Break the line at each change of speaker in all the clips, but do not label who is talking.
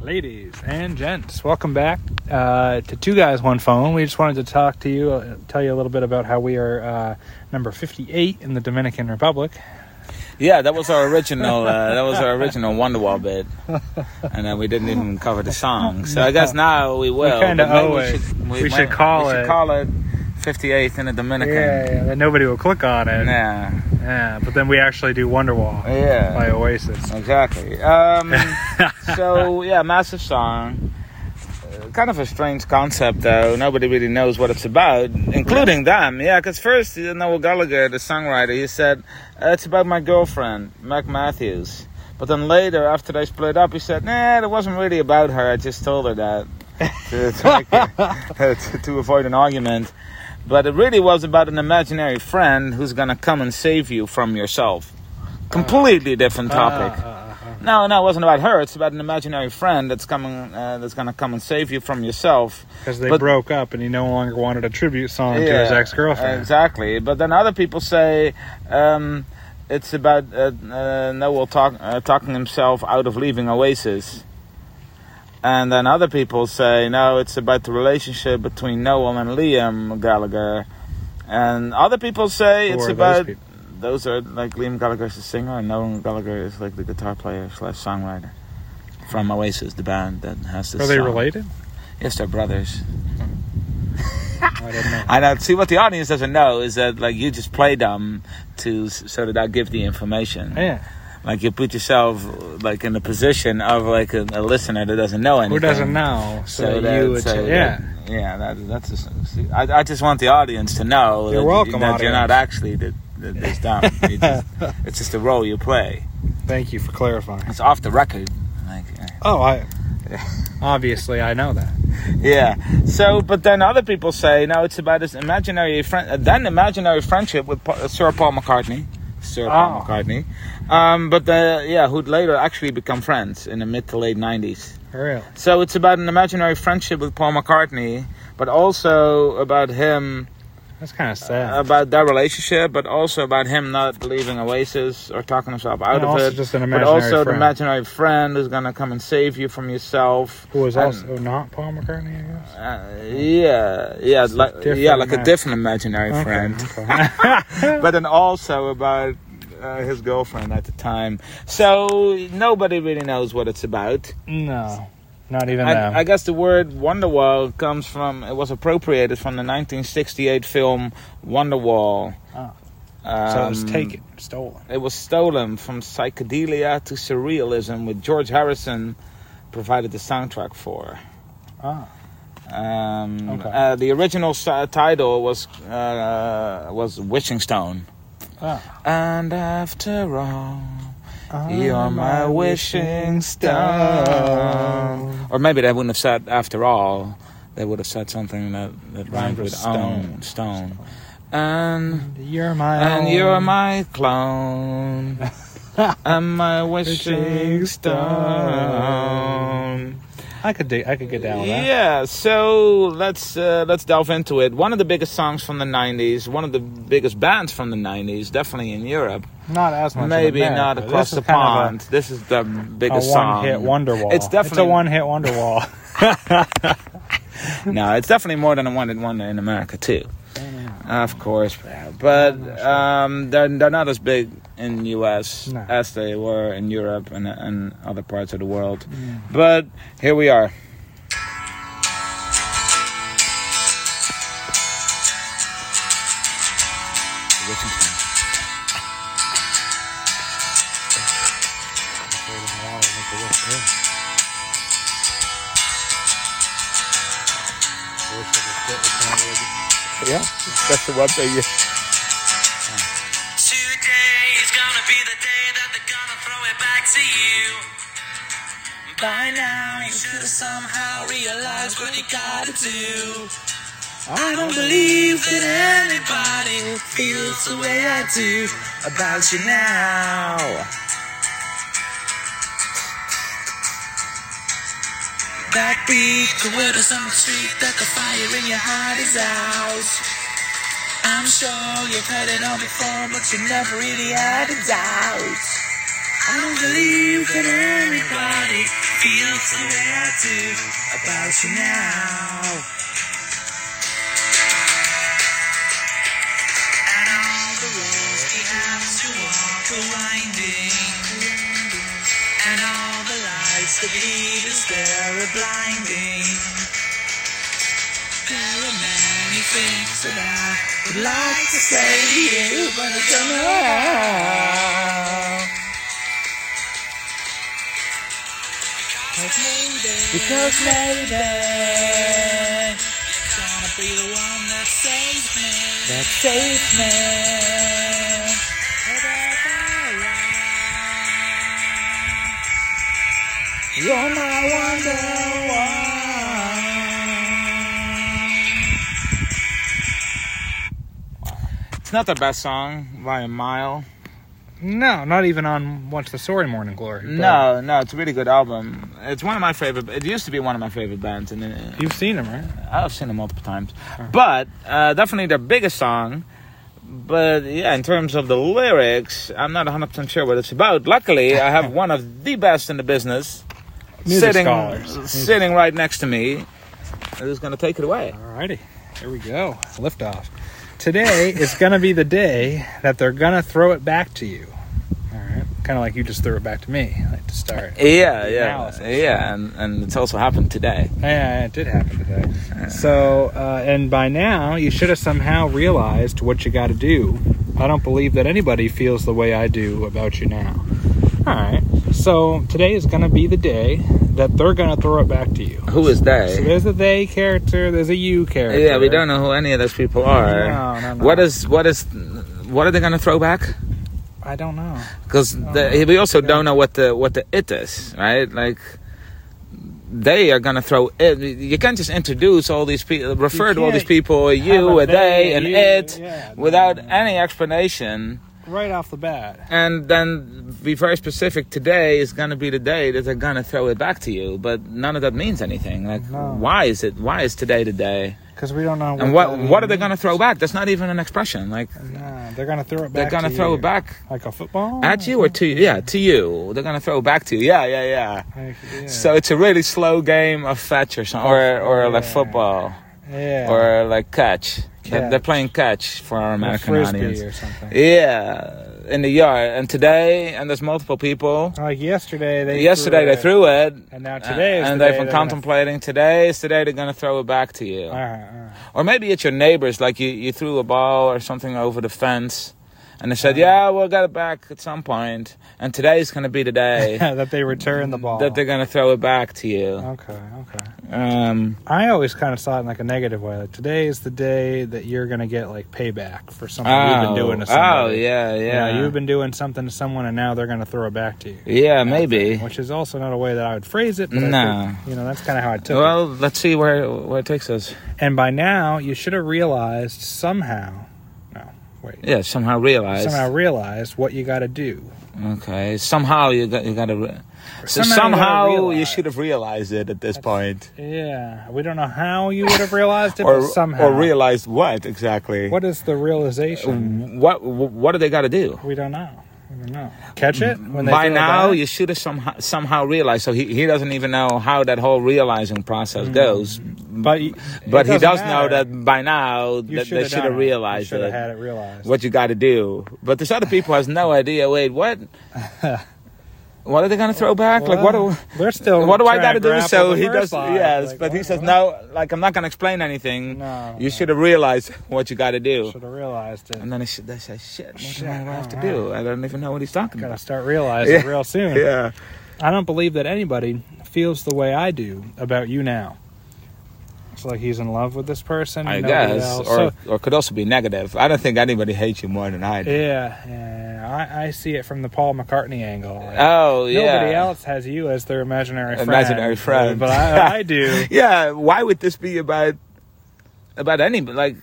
Ladies and gents, welcome back uh, to Two Guys One Phone. We just wanted to talk to you, uh, tell you a little bit about how we are uh, number 58 in the Dominican Republic.
Yeah, that was our original. Uh, that was our original Wonderwall bit, and then we didn't even cover the song. So I guess now we will.
We kinda
but maybe
owe it. We should call
we
it.
Should call it 58th in the Dominican.
Yeah, yeah, nobody will click on it.
Yeah,
Yeah, but then we actually do Wonderwall
Yeah.
by Oasis.
exactly. Um, so yeah, massive song. Uh, Kind of a strange concept, though. Nobody really knows what it's about, including them. Yeah, because first, you know, Noel Gallagher, the songwriter, he said uh, it's about my girlfriend, Mac Matthews. But then later, after they split up, he said, "Nah, it wasn't really about her. I just told her that to, to, make it- to- to avoid an argument." But it really was about an imaginary friend who's gonna come and save you from yourself. Completely different topic.
Uh, uh, uh,
No, no, it wasn't about her. It's about an imaginary friend that's coming, uh, that's gonna come and save you from yourself.
because they
But-
broke up and he no longer wanted a tribute song to his ex girlfriend.
Exactly. But then other people say um, it's about uh, uh, Noel talk, uh, talking himself out of leaving Oasis. And then other people say no, it's about the relationship between Noel and Liam Gallagher. And other people say it's
Or those
about
people.
those are like Liam Gallagher is the singer and Noel Gallagher is like the guitar player slash songwriter from Oasis, the band that has this.
Are they
song.
related?
Yes, they're brothers.
I don't know.
I know. See, what the audience doesn't know is that like you just play them to s- so that I give the information.
Yeah,
Like you put yourself like in the position of like a, a listener that doesn't know anything.
who doesn't know? So, that you would
so
say,
that-
yeah.
yeah. That, that's. just- see, I, I just want the audience to know
You're
that,
welcome,
that you're not
audience.
actually the, the, this dumb. You just, it's just the role you play.
Thank you for clarifying.
It's off the record. Like, uh,
Oh, I obviously I know that.
Yeah. So, but then other people say, no, it's about this imaginary friend, uh, then imaginary friendship with Pa- uh, Sir Paul McCartney. Sir Paul
Ah.
McCartney. Um, but the, yeah, who'd later actually become friends in the mid to late 90s.
Really?
So it's about an imaginary friendship with Paul McCartney, but also about him,
That's kind of sad.
about their relationship, but also about him not leaving Oasis or talking himself out
And
of
also
it.
just an
but
imaginary
also the
friend.
imaginary friend who's going to come and save you from yourself.
who was
And-
also not Paul McCartney, I guess.
Uh, yeah, yeah, like,
different
yeah, like a
imag-
different imaginary friend,
Okay.
but then also about uh, his girlfriend at the time. So nobody really knows what it's about.
no, not even them.
I, I guess the word Wonderwall comes from it was appropriated from the 1968 film Wonderwall.
Ah.
Um,
so it was taken, stolen.
It was stolen from psychedelia to surrealism, with George Harrison provided the soundtrack for.
Ah,
Um,
Okay.
uh, the original si- title was uh, was Wishing Stone.
Ah.
And after all, you're Ah, my wishing stone. Or maybe they wouldn't have said after all. They would have said something that that
Rhymed
rhymed with
with
own stone. And
You're my
and
own
you're my clone. and my wishing
Wishing
stone.
stone. I could do. I could get down with that.
Yeah, so let's uh, let's delve into it. One of the biggest songs from the '90s, one of the biggest bands from the '90s, definitely in Europe.
Not as much. of
Maybe
America.
not
This
across
is
the
kind of a-
pond. this is the
A,
biggest song.
one-hit wonder wall.
It's definitely
a one-hit wonder wall.
no, it's definitely more than a one-hit wonder in America too. Of course, but um, they're they're not as big in U.S.
No.
as they were in Europe and and other parts of the world. But here we are. Yeah, that's the one thing. You-
Today is gonna be the day that they're gonna throw it back to you. By now, you should have somehow realized what you gotta do. I don't believe that anybody feels the way I do about you now. Backbeat, the word is on the street that the fire in your heart is out. I'm sure you've heard it all before, but you never really had a doubt. I don't believe that anybody feel the way I do about you now. And all the roads we have to walk are winding. And all the lights that lead us there are blinding. There are many things that I would like to say to you, but I don't know how. Because maybe, because maybe, you're gonna be the one that saves me, that saves me. You're my wonder one.
It's not the best song by a mile.
No, not even on What's the Story Morning Glory. but
No, no, it's a really good album. It's one of my favorite. It used to be one of my favorite bands, and uh,
You've seen him, right?
I've seen them multiple times. But uh, definitely their biggest song. But yeah, in terms of the lyrics, I'm not 100% sure what it's about. Luckily, I have one of the best in the business
Music
sitting
scholars.
sitting right next to me. Who's going to take it away?
Alrighty, here we go. Liftoff. Today is going to be the day that they're going to throw it back to you. All right, kind of like you just threw it back to me like, to start.
Yeah,
The
yeah.
analysis.
Yeah, and, and it's also happened today.
Yeah, it did happen today. So, uh, and by now, you should have somehow realized what you got to do. I don't believe that anybody feels the way I do about you now. All right. So, today is going to be the day that they're going to throw it back to you.
Who is
So,
they?
there's a they character, there's a you character.
Yeah, we don't know who any of those people are.
No, no, no.
What is what is what are they going to throw back?
I don't know.
because we also don't know what the what the it is, right? Like they are gonna throw it. You can't just introduce all these people, refer to all these
can't
people, a
Have
you, a they, and
you,
it,
yeah,
without
no, no,
any explanation.
no. Right off the bat.
And then be very specific. Today is gonna be the day that they're gonna throw it back to you, but none of that means anything. Like,
No.
why is it? Why is today the day?
Because we don't know.
And what
that
what are they
means.
gonna throw back? That's not even an expression. Like
Nah, they're going to throw it
they're
back
gonna
to
throw
you.
it back
Like a football?
at you or to you? Yeah, to you. They're gonna throw it back to you. Yeah, yeah, yeah.
Like, yeah.
So it's a really slow game of fetch or something, or or like
Yeah.
football,
yeah.
or like catch. They're, they're
Catch.
playing catch for our American
frisbee
audience.
or something.
Yeah, in the yard. And today, and there's multiple people.
Like yesterday, they
Yesterday they threw it,
and now today is
and
the
they've
day
been
they're gonna-
contemplating. Today is the day they're gonna throw it back to you,
All right, all right.
or maybe it's your neighbors. Like you, you threw a ball or something over the fence. And they said, "Yeah, we'll get it back at some point, and today's gonna be the day
Yeah, that they return the ball.
that they're gonna throw it back to you."
okay, okay.
Um,
I always kind of saw it in like a negative way. Like today is the day that you're gonna get like payback for something you've been doing to
Oh
somebody.
yeah,
You
yeah.
know, you've been doing something to someone, and now they're gonna throw it back to you.
Yeah, maybe.
Which is also not a way that I would phrase it. But I
No.
think, you know that's kind of how I took it.
Well, let's see where where it takes us.
And by now, you should have realized somehow. No, wait.
Yeah, somehow realize.
Somehow realized what you got to do.
Okay, somehow you got you got to. Re-
Somehow
so
you gotta
somehow you
realize.
should have realized it at this point,
Yeah, we don't know how you would have realized it,
or
but somehow.
or realized what exactly.
What is the realization?
What what do they got to do?
We don't know. We don't know. Catch it when they
By
throw it
now,
back?
you should have somehow somehow realized. So he, he doesn't even know how that whole realizing process goes,
But y- Hmm. it
but he
doesn't
does know
matter.
that by now
You
that they
should've
should
done
have
it.
realized
You should
it.
have had it realized.
what you got to do. But this other people has no idea. Wait, what? what are they gonna throw back? like what do
We're still.
what do I
trying
got to do?
grapple
So
the
he
first
does.
line.
Yes,
Like,
but he
what-
says no. Like I'm not gonna explain anything.
No,
you
no.
should have realized what you got to do.
Should have realized it.
And then I should. They say shit. What
Shit,
do I have to
alright.
do? I don't even know what he's talking
Gotta
about.
start realizing
Yeah.
real soon.
Yeah.
I don't believe that anybody feels the way I do about you now. It's like he's in love with this person.
I
nobody
guess,
else.
or
So-
or could also be negative. I don't think anybody hates you more than I do.
yeah, yeah. I, I see it from the Paul McCartney angle. Like,
oh yeah.
Nobody else has you as their imaginary friend.
Imaginary friend.
But I, I do.
Yeah. Why would this be about about anybody? Like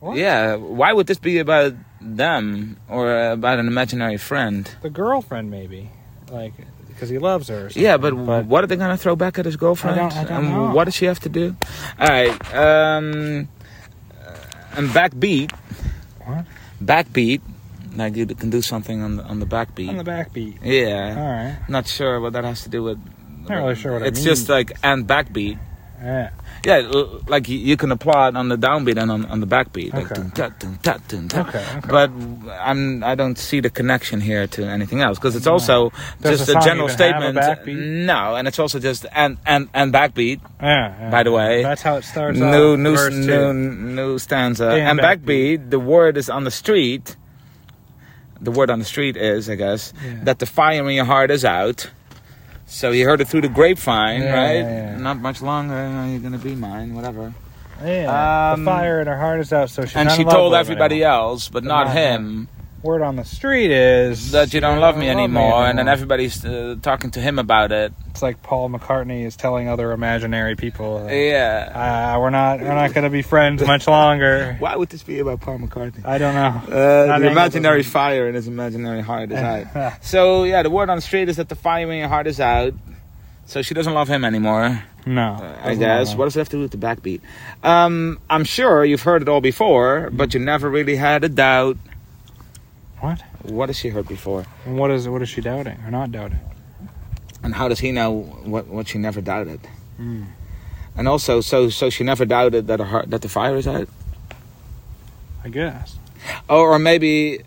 What?
Yeah, why would this be about them or about an imaginary friend?
The girlfriend, maybe. Like, because he loves her. or something.
Yeah, but, what are they gonna throw back at his girlfriend?
I don't- I don't
and
know.
what does she have to do? All right, um, and backbeat.
What?
Backbeat, like you can do something on the on the backbeat.
On the backbeat.
yeah,
All right.
not sure what that has to do with
Not really sure what it
it's just uh,
means.
like and backbeat.
Yeah.
Yeah, l- like you, you can apply it on the downbeat and on, on the backbeat. Like,
Okay.
dun, ta, dun, ta, dun, ta.
Okay, okay.
But I'm I don't see the connection here to anything else because it's also
Does
just
the
a
song
general
even have a
statement.
backbeat?
No, and it's also just and and and backbeat.
Yeah, yeah.
By the way,
that's how it starts.
New
off,
new
verse two.
new new stanza
Yeah, and
and backbeat. The word is on the street. The word on the street is, I guess,
Yeah.
that the fire in your heart is out. So you heard it through the grapevine,
Yeah,
right?
yeah, yeah.
Not much longer. uh, You're gonna be mine, whatever
Yeah,
Um,
the fire in her heart is out, so she's
and
not
she
in love
told
with him
everybody
anymore.
else, but not
not
him,
Word on the street is
that you don't love me
don't
anymore. And then everybody's uh, talking to him about it.
it's like Paul McCartney is telling other imaginary people,
Eh.
that,
Yeah.
uh, "We're not, we're not going to be friends much longer."
Why would this be about Paul McCartney?
I don't know.
Uh, the
Angle
imaginary
doesn't-
fire in his imaginary heart is out. So yeah, the word on the street is that the fire in your heart is out. So she doesn't love him anymore, uh,
No,
I guess. What does it have to do with the backbeat? Um, I'm sure you've heard it all before, but you never really had a doubt.
What?
What has she heard before?
And what is, what is she doubting or not doubting?
And how does he know what, what she never doubted?
Mm.
And also, so so she never doubted that her heart, that the fire is out,
I guess.
or, or maybe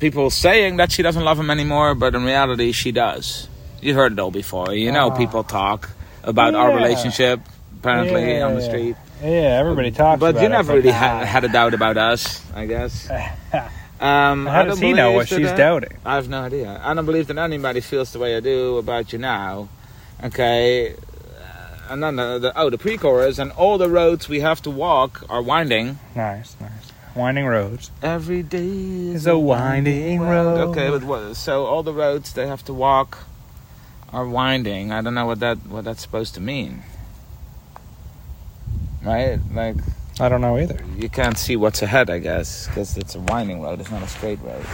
people saying that she doesn't love him anymore, but in reality she does. You heard it all before. You know,
Ah.
people talk about our
Yeah.
relationship apparently
Yeah,
on the
yeah.
street,
Yeah, everybody talks.
but
about
you
it,
never really "Ah, ha-
nah.
had a doubt about us, I guess. Um, I
How
don't
does he know
believe
what
that
she's
I-
doubting?
I have no idea. I don't believe that anybody feels the way I do about you now. Okay. And then the, the oh the pre-chorus and all the roads we have to walk are winding.
Nice, nice. Winding roads
Every day
is
is
a winding road.
Okay, but what, so all the roads they have to walk are winding. I don't know what that what that's supposed to mean. Right? Like
I don't know either.
you can't see what's ahead, I guess, because it's a winding road. It's not a straight road.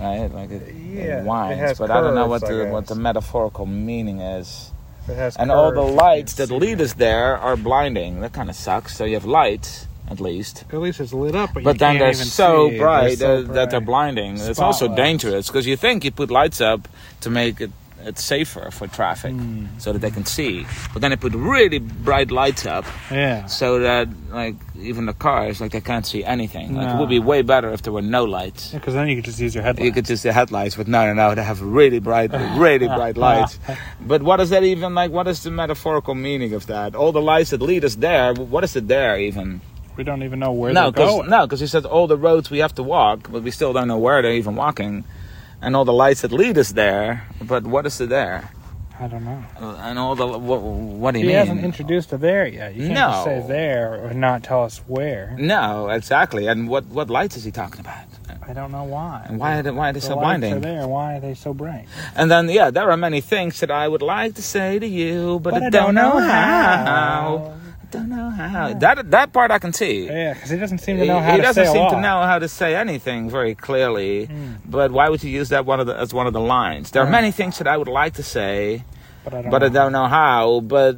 Right? Like it,
Yeah, it
it winds,
has
but I don't know what
curves, I
the what the
guess.
metaphorical meaning is.
It has
And all the
curves, you
lights
can't
that
see
lead
it.
us there are blinding. That kind of sucks. So you have lights at least.
At least it's lit up, but,
But
you
then
can't
they're
even
so,
see it.
bright,
so
uh, that they're
bright.
blinding. It's also
Spotlights.
dangerous because you think you put lights up to make it, it safer for traffic
Hmm.
so that they can see. But then they put really bright lights up
Yeah.
so that, like, even the cars, like, they can't see anything. Like, it
No.
would be way better if there were no lights.
Because then you could just use your headlight.
You could just the headlights, but no, no, no. They have really bright, really bright lights. But what is that even like? What is the metaphorical meaning of that? All the lights that lead us there. What is it there even?
we don't even know where
No,
they're
cause,
going.
no, because you said all the roads we have to walk, but we still don't know where they're even walking, and all the lights that lead us there. But what is it there?
I don't know.
Uh, And all the what? What do you
He
mean?
hasn't introduced a there yet. You can't just
No.
say there or not tell us where.
No, exactly. And what what lights is he talking about?
I don't know why.
And why are they, why are they
The
so
lights Are
blinding?
there? Why are they so bright?
And then yeah, there are many things that I would like to say to you, but, I, don't, know how. I Don't know how. That that part I can see.
Yeah, because he doesn't seem
He,
to know how
he
to
doesn't
say a
seem to
lot.
know how to say anything very clearly.
Mm,
But why would you use that one of the, as one of the lines? There are
Right.
many things that I would like to say,
but I don't.
but
know.
I don't know how. But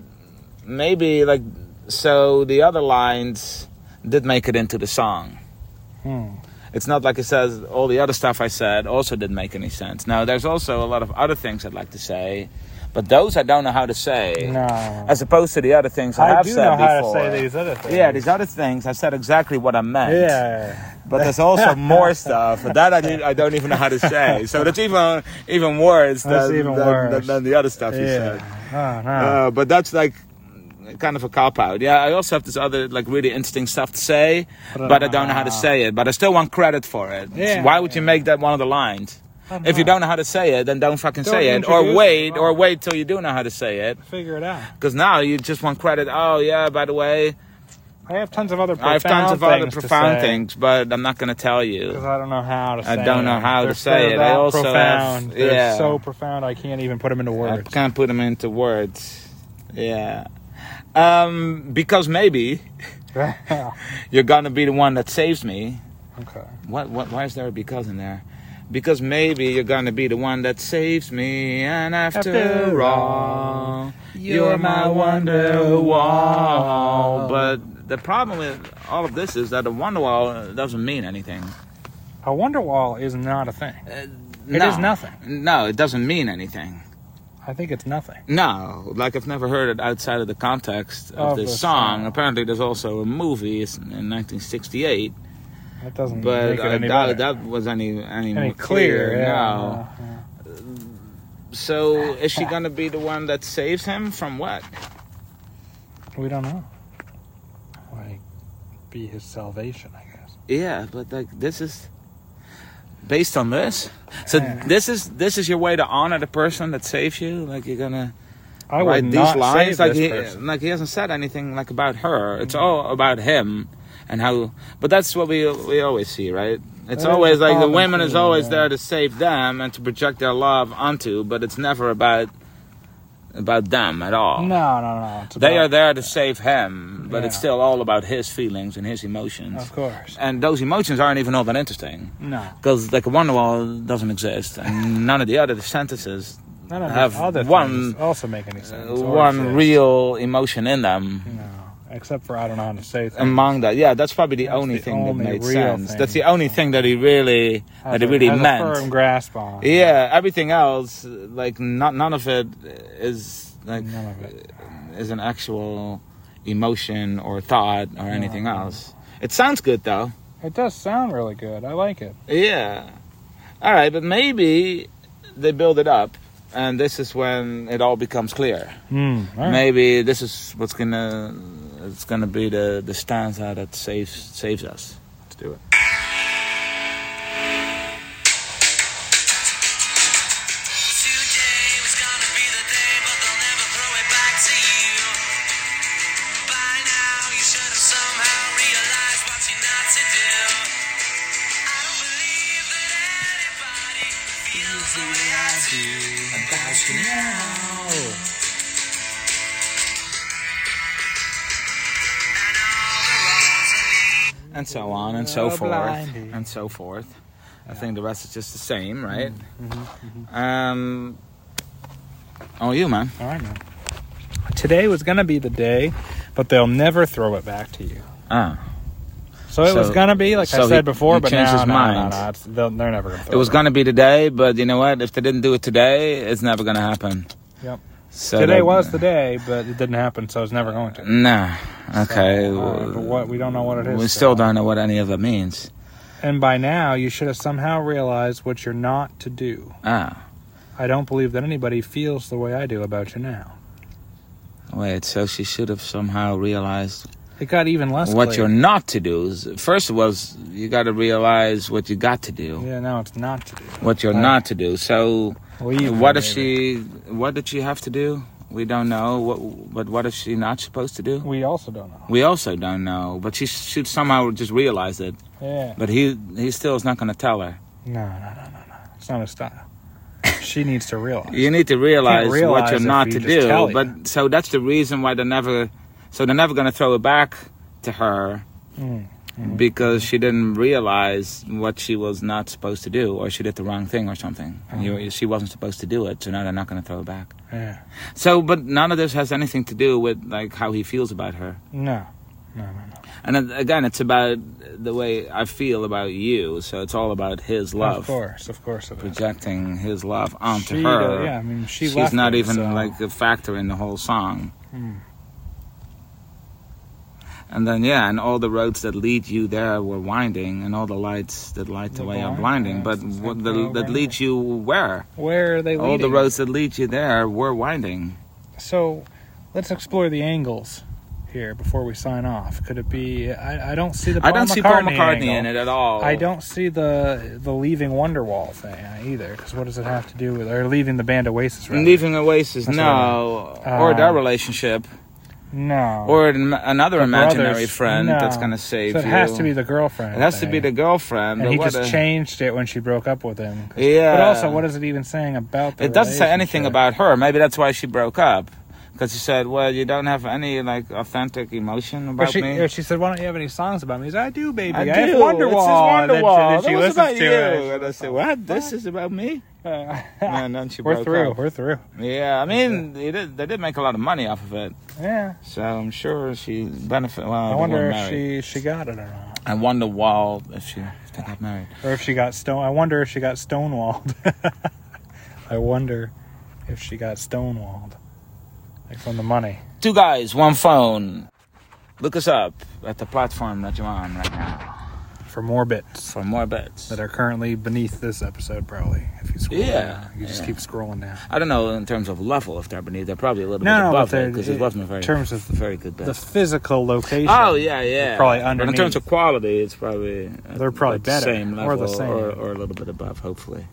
maybe like so the other lines did make it into the song.
Hmm.
It's not like it says all the other stuff I said also didn't make any sense. Now there's also a lot of other things I'd like to say, but those I don't know how to say.
No.
As opposed to the other things I,
I
have
do
said
know how to
before.
say these other things.
Yeah, these other things I said exactly what I meant
Yeah.
but there's also more stuff that I, did, I don't even know how to say. So that's even even worse
That's
than,
even
than,
worse.
than- than the other stuff you said.
Yeah. Oh no.
Uh, but that's like kind of a cop out. Yeah, I also have this other like really interesting stuff to say,
But I
but I
don't
don't know how to say it. But I still want credit for it.
Oh. Yeah,
Why would you
yeah.
make that one of the lines?
I
If
know.
you don't know how to say it, then don't fucking
Don't
say it, or
introduce
wait,
it.
or wait till you do know how to say it,
figure it out.
because now you just want credit. Oh yeah, by the way,
I have tons of other.
I have tons of other
things to
profound
say.
things, but I'm not gonna tell you.
Because I don't know how to say
I don't know
it.
how to
They're-
say
they're
it. I
That
also
profound.
have-
They're
yeah.
so profound I can't even put them into
I
words.
can't put them into words. Yeah. Um, because maybe
okay.
you're gonna be the one that saves me. What? What? Why is there a because in there? Because maybe you're gonna be the one that saves me, and after,
After
all, you're my wonderwall. But the problem with all of this is that a wonderwall doesn't mean anything.
A wonderwall is not a thing.
Uh,
It is nothing.
No, it doesn't mean anything.
I think it's nothing.
No, like I've never heard it outside of the context of
Of the
this song.
song.
Apparently, there's also a movie it's in 1968,
That doesn't
but
make it
I
any
doubt
better.
that was any any,
Any
more
clear? yeah,
No.
yeah, yeah.
So is she gonna be the one that saves him from what?
We don't know. Like, be his salvation, I guess.
Yeah, but like this is based on this. So
Yeah.
this is this is your way to honor the person that saves you. Like you're gonna
I
write
would
these
not
lines.
save
like
this
he
person.
like he hasn't said anything like about her. It's all about him and how. But that's what we we always see, right? It's
That is
always
the
like the
common
women is
theme,
always
yeah.
there to save them and to project their love onto, but it's never about about them at all.
No, no, no. It's
They are
about-
there to save him, but it's
Yeah.
still all about his feelings and his emotions
Of course.
and those emotions aren't even all that interesting
No.
because like Wonderwall doesn't exist and none of the other sentences
None of
Have
these other
one-
things also make any
uh,
sense. or
one
exist.
real emotion in them
No. Except for I don't know how to say things.
among that yeah that's probably the
That's
only
the
thing
only
that made
real
sense
thing.
that's the only thing that he really
Has
that he
a-
really
has
meant
A firm grasp on.
yeah everything else like not none of it is like
None of it.
is an actual emotion or thought or anything
no.
else it sounds good though
It does sound really good. I like it.
Yeah. All right, but maybe they build it up, and this is when it all becomes clear.
Hmm. all right.
Maybe this is what's gonna it's gonna be the the stanza that saves saves us. Let's do it.
Today was gonna be the day, but they'll never throw it back to you. By now, you should have somehow realized what you're not to do. I don't believe that anybody feels the way I do about you now. And
And
all the wrongs I did.
so on and so
Oh,
forth
blimey.
and so forth. I think the rest is just the same,
Mm-hmm,
right? Um. Oh, you man.
All right, man. Today was gonna be the day, but they'll never throw it back to you.
Ah.
So it
So-
was gonna be like
so
I
he-
said before,
he
but
changed
now
his
no,
mind.
no, no, it's, they'll, they're never gonna. Throw
It was gonna be today, but you know what? If they didn't do it today, it's never gonna happen.
Yep.
So
Today
that-
was the day, but it didn't happen, so it's never going to.
Nah. Okay.
So, all right,
well,
but what we don't know what it is.
we still don't know what any of it means.
And by now, you should have somehow realized what you're not to do.
Ah,
I don't believe that anybody feels the way I do about you now.
wait. So she should have somehow realized
It got even less.
what
clear.
you're not to do. First was you got to realize what you got to do,
Yeah, now it's not to do.
what you're
Right.
not to do. So
Leave
what
me,
if
baby.
she? What did she have to do? We don't know. What? But what is she not supposed to do?
We also don't know.
We also don't know. But she should somehow just realize it.
Yeah.
But he he still is not going to tell her.
No, no, no, no, no. It's not a style. She needs to realize.
You need to realize, what
realize
you're
if
not
you
to
just tell
do.
you.
But so that's the reason why they're never. So they're never gonna throw it back to her
Mm.
because she didn't realize what she was not supposed to do, or she did the wrong thing, or something.
Mm-hmm.
And you, she wasn't supposed to do it, so now they're not gonna throw it back.
Yeah.
So, but none of this has anything to do with like how he feels about her.
No. No, no, no.
And then, again, it's about the way I feel about you. So it's all about his
Of
love,
course, of course it is.
projecting his love onto
She,
her.
uh, yeah, I mean, she
she's
left
not
him,
even
so-
like a factor in the whole song.
Hmm.
And then yeah, and all the roads that lead you there were winding, and all the lights that light the
Were
way are
blind,
blinding.
yeah,
but
it's the same
what
thing
the,
over
that
and
leads you where?
Where are they leading?
All the roads that lead you there were winding.
So, let's explore the angles here before we sign off. Could it be? I, I don't see the. Paul
I don't
McCartney
see Paul McCartney in
angle.
it at all.
I don't see the the leaving Wonderwall thing either. Because what does it have to do with or leaving the band Oasis? Rather?
Leaving Oasis,
That's
no,
what I mean.
or their
Um,
relationship,
no.
or an, another
The
imaginary
brothers,
friend
no.
that's gonna save
so it
you.
has to be the girlfriend.
It has to be
thing.
the
And
girlfriend. but
he
what
just
a-
changed it when she broke up with him. 'Cause-
Yeah.
But also, what is it even saying about the
It doesn't say anything
relationship?
about her. Maybe that's why she broke up. Because she said, "Well, you don't have any like authentic emotion
Or
about
she,
me."
or she said, "Why don't you have any songs about me?" He's, "I do, baby.
I,
I,
do.
have
Wonderwall.
Wonderwall." And then
Wonderwall.
she- then she
that was
listens
about
to it,
you.
she
And I
goes,
said, "What? This is about me?"
Uh,
And then she
we're
broke
through.
up.
We're through.
Yeah, I mean, they did, they did make a lot of money off of it,
Yeah.
so I'm sure she benefit. Well,
I wonder if she she got it or not,
I wonder wall if she if they got married.
or if she got stone. I wonder if she got stonewalled. I wonder if she got stonewalled, like from the money.
Two guys, one phone. Look us up at the platform that you're on right now
For more bits
for more bets.
that are currently beneath this episode, probably. If you scroll,
Yeah,
down. you just
yeah.
keep scrolling down.
I don't know in terms of level if they're beneath. They're probably a little
No,
bit
no, but
above
they're-
it because it wasn't a very
in terms of
very good bet.
The physical location.
oh yeah, yeah.
probably
But in
underneath.
terms of quality, it's probably uh,
They're probably
about the
better,
same
or
level
the same.
or, or a little bit above, hopefully.